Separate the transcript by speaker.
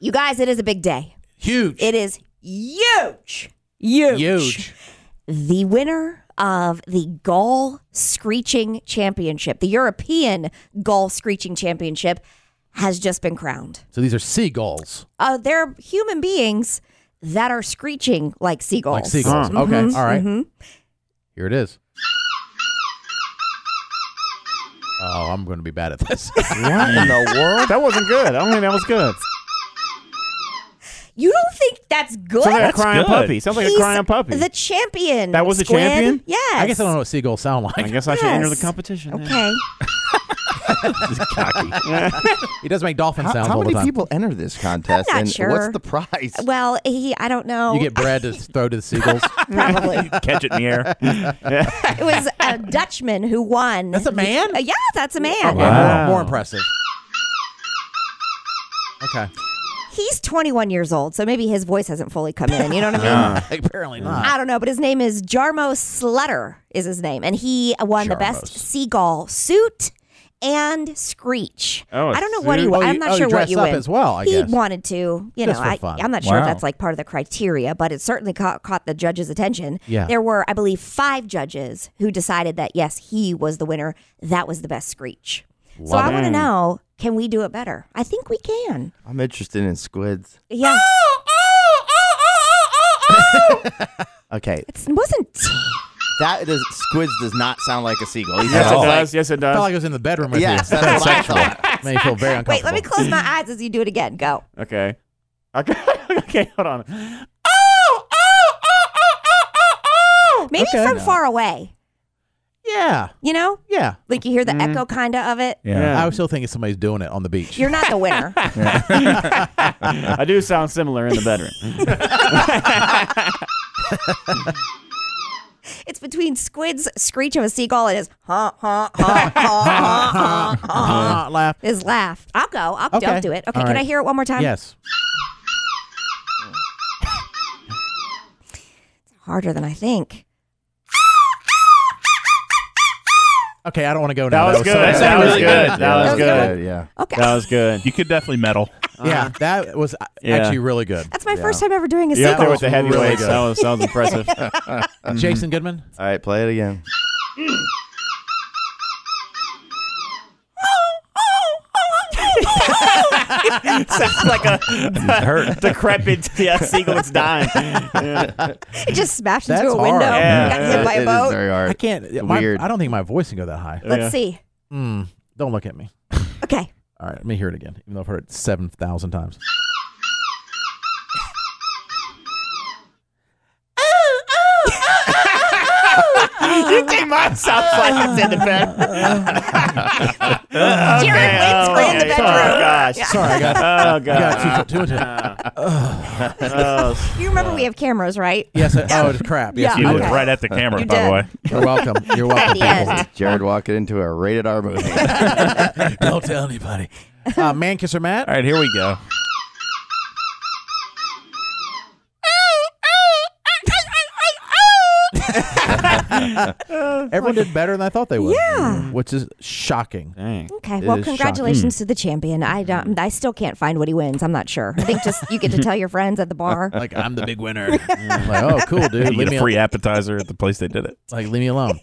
Speaker 1: You guys, it is a big day.
Speaker 2: Huge.
Speaker 1: It is huge. Huge.
Speaker 2: Huge.
Speaker 1: The winner of the Gaul Screeching Championship, the European Gaul Screeching Championship, has just been crowned.
Speaker 2: So these are seagulls.
Speaker 1: Uh, they're human beings that are screeching like seagulls.
Speaker 2: Like seagulls.
Speaker 1: Mm-hmm.
Speaker 2: Okay. All right. Here it is. Oh, I'm going to be bad at this.
Speaker 3: What in the world? That wasn't good. I don't think that was good.
Speaker 1: You don't think that's good?
Speaker 3: Sounds like a
Speaker 4: That's
Speaker 3: crying
Speaker 4: good.
Speaker 3: puppy. Sounds like
Speaker 1: He's
Speaker 3: a crying puppy.
Speaker 1: The champion.
Speaker 3: That was the
Speaker 1: Squid.
Speaker 3: champion?
Speaker 1: Yes.
Speaker 2: I guess I don't know what seagulls sound
Speaker 3: I
Speaker 2: like.
Speaker 3: guess I should enter the
Speaker 1: Yes.
Speaker 3: competition. then.
Speaker 1: Okay.
Speaker 2: He does make dolphin
Speaker 4: How,
Speaker 2: sounds
Speaker 4: how
Speaker 2: all the
Speaker 4: many
Speaker 2: time.
Speaker 4: people enter this contest?
Speaker 1: I'm not
Speaker 4: and
Speaker 1: sure.
Speaker 4: What's the prize?
Speaker 1: Well, he, I don't know.
Speaker 2: you get bread to throw to the seagulls.
Speaker 1: probably.
Speaker 3: Catch it in the air.
Speaker 1: it was a Dutchman who won.
Speaker 2: That's a man? Oh,
Speaker 1: Uh, yeah, that's a man.
Speaker 2: Okay, more,
Speaker 3: Wow.
Speaker 2: more impressive. Okay.
Speaker 1: He's 21 years old, so maybe his voice hasn't fully come in. You know what I mean?
Speaker 2: Apparently not.
Speaker 1: I don't know, but his name is Jarmo Sletter is his name, and he won the
Speaker 2: Jarmos.
Speaker 1: best seagull suit and screech.
Speaker 3: Oh, a
Speaker 1: I don't know what he
Speaker 3: suit.
Speaker 1: won.
Speaker 2: Oh, you-
Speaker 1: I'm not
Speaker 2: oh, you
Speaker 1: sure what
Speaker 2: dress
Speaker 1: you
Speaker 2: up
Speaker 1: win
Speaker 2: as well, I
Speaker 1: he
Speaker 2: guess.
Speaker 1: wanted to, you
Speaker 2: Just
Speaker 1: know.
Speaker 2: for
Speaker 1: I,
Speaker 2: fun.
Speaker 1: I'm not sure if
Speaker 3: Wow.
Speaker 1: that's like part of the criteria, but it certainly caught, caught the judges' attention.
Speaker 2: Yeah.
Speaker 1: there were, I believe, five judges who decided that yes, he was the winner. That was the best screech. so I want to know, can we do it better? I think we can.
Speaker 4: I'm interested in squids.
Speaker 1: Yeah.
Speaker 2: Oh,
Speaker 4: Okay,
Speaker 2: oh!
Speaker 1: It's- It wasn't
Speaker 4: that does squids does not sound like a seagull. He
Speaker 3: Yes,
Speaker 4: sounds
Speaker 3: it
Speaker 4: like-
Speaker 3: does. Yes, it
Speaker 2: I felt
Speaker 3: does.
Speaker 2: like I was in the bedroom with
Speaker 4: Yes,
Speaker 2: you.
Speaker 4: that's what I thought.
Speaker 2: Made me feel very uncomfortable.
Speaker 1: Wait, let me close my eyes as you do it again. Go.
Speaker 3: Okay. Okay. okay. Hold on.
Speaker 1: Maybe
Speaker 2: Okay.
Speaker 1: from far away.
Speaker 2: Yeah.
Speaker 1: You know,
Speaker 2: Yeah.
Speaker 1: like you hear the echo kind of of it.
Speaker 4: Yeah.
Speaker 2: I was still thinking somebody's doing it on the beach.
Speaker 1: You're not the winner.
Speaker 3: I do sound similar in the bedroom.
Speaker 1: it's between Squid's screech of a seagull and his ha ha ha ha ha ha
Speaker 2: Ah, laugh.
Speaker 1: his laugh. I'll go. I'll,
Speaker 2: Okay.
Speaker 1: I'll do it. Okay,
Speaker 2: All
Speaker 1: can I
Speaker 2: right.
Speaker 1: hear it one more time?
Speaker 2: Yes.
Speaker 1: Harder than I think.
Speaker 2: Okay, I don't want to go
Speaker 3: That
Speaker 2: now.
Speaker 3: was good.
Speaker 2: so-
Speaker 3: That was good. That
Speaker 4: Yeah,
Speaker 3: was good.
Speaker 4: Yeah.
Speaker 1: Okay.
Speaker 3: That was good.
Speaker 5: You could definitely medal.
Speaker 2: Yeah, that was uh,
Speaker 3: Yeah.
Speaker 2: actually really good.
Speaker 1: That's my first time ever doing a
Speaker 3: You're up
Speaker 1: seagull.
Speaker 3: there with the
Speaker 2: Really
Speaker 3: heavyweights.
Speaker 2: good.
Speaker 3: That was that was impressive.
Speaker 2: Jason Goodman.
Speaker 4: All right, play it again.
Speaker 3: Sounds like a decrepit yeah, seagull that's dying.
Speaker 1: it just smashed
Speaker 2: That's
Speaker 1: into a
Speaker 2: hard.
Speaker 1: window.
Speaker 3: Yeah,
Speaker 1: Got
Speaker 3: yeah,
Speaker 1: hit by
Speaker 4: It
Speaker 1: a
Speaker 4: is
Speaker 1: boat.
Speaker 4: very hard.
Speaker 2: I can't. My,
Speaker 4: Weird.
Speaker 2: I don't think my voice can go that high.
Speaker 1: Let's
Speaker 3: Yeah.
Speaker 1: see.
Speaker 2: Mm, don't look at me.
Speaker 1: Okay.
Speaker 2: All right, let me hear it again, even though I've heard it 7,000 times.
Speaker 3: you think mine sounds like it's in the bed?
Speaker 1: Jared Wayne's playing in the
Speaker 3: Oh
Speaker 1: bedroom.
Speaker 3: gosh.
Speaker 2: Sorry, I got,
Speaker 3: Oh
Speaker 2: I
Speaker 3: god.
Speaker 2: got too, too into
Speaker 3: Oh,
Speaker 1: You remember we have cameras, right?
Speaker 2: Yes, I, oh, it's crap. Yes,
Speaker 1: Yeah.
Speaker 5: You
Speaker 2: you
Speaker 5: looked
Speaker 1: Okay.
Speaker 5: right at the camera,
Speaker 1: You
Speaker 5: by
Speaker 1: did.
Speaker 5: the way.
Speaker 2: did. You're welcome. You're
Speaker 1: At
Speaker 2: welcome.
Speaker 1: the end.
Speaker 4: Jared walking into a rated R movie.
Speaker 2: people. Don't tell anybody. Uh, man kisser Matt.
Speaker 5: All right, here we go.
Speaker 2: Everyone did better than I thought they would.
Speaker 1: Yeah.
Speaker 2: Which is shocking.
Speaker 3: dang.
Speaker 1: Okay.
Speaker 4: It
Speaker 1: Well,
Speaker 4: is shocking. Hmm.
Speaker 1: congratulations to the champion. I don't. I still can't find what he wins. I'm not sure. I think just you get to tell your friends at the bar.
Speaker 2: Like, I'm the big winner. like, oh, cool, dude.
Speaker 5: You
Speaker 2: Leave
Speaker 5: get
Speaker 2: me,
Speaker 5: a
Speaker 2: al-
Speaker 5: free appetizer at the place they did it.
Speaker 2: like, leave me alone.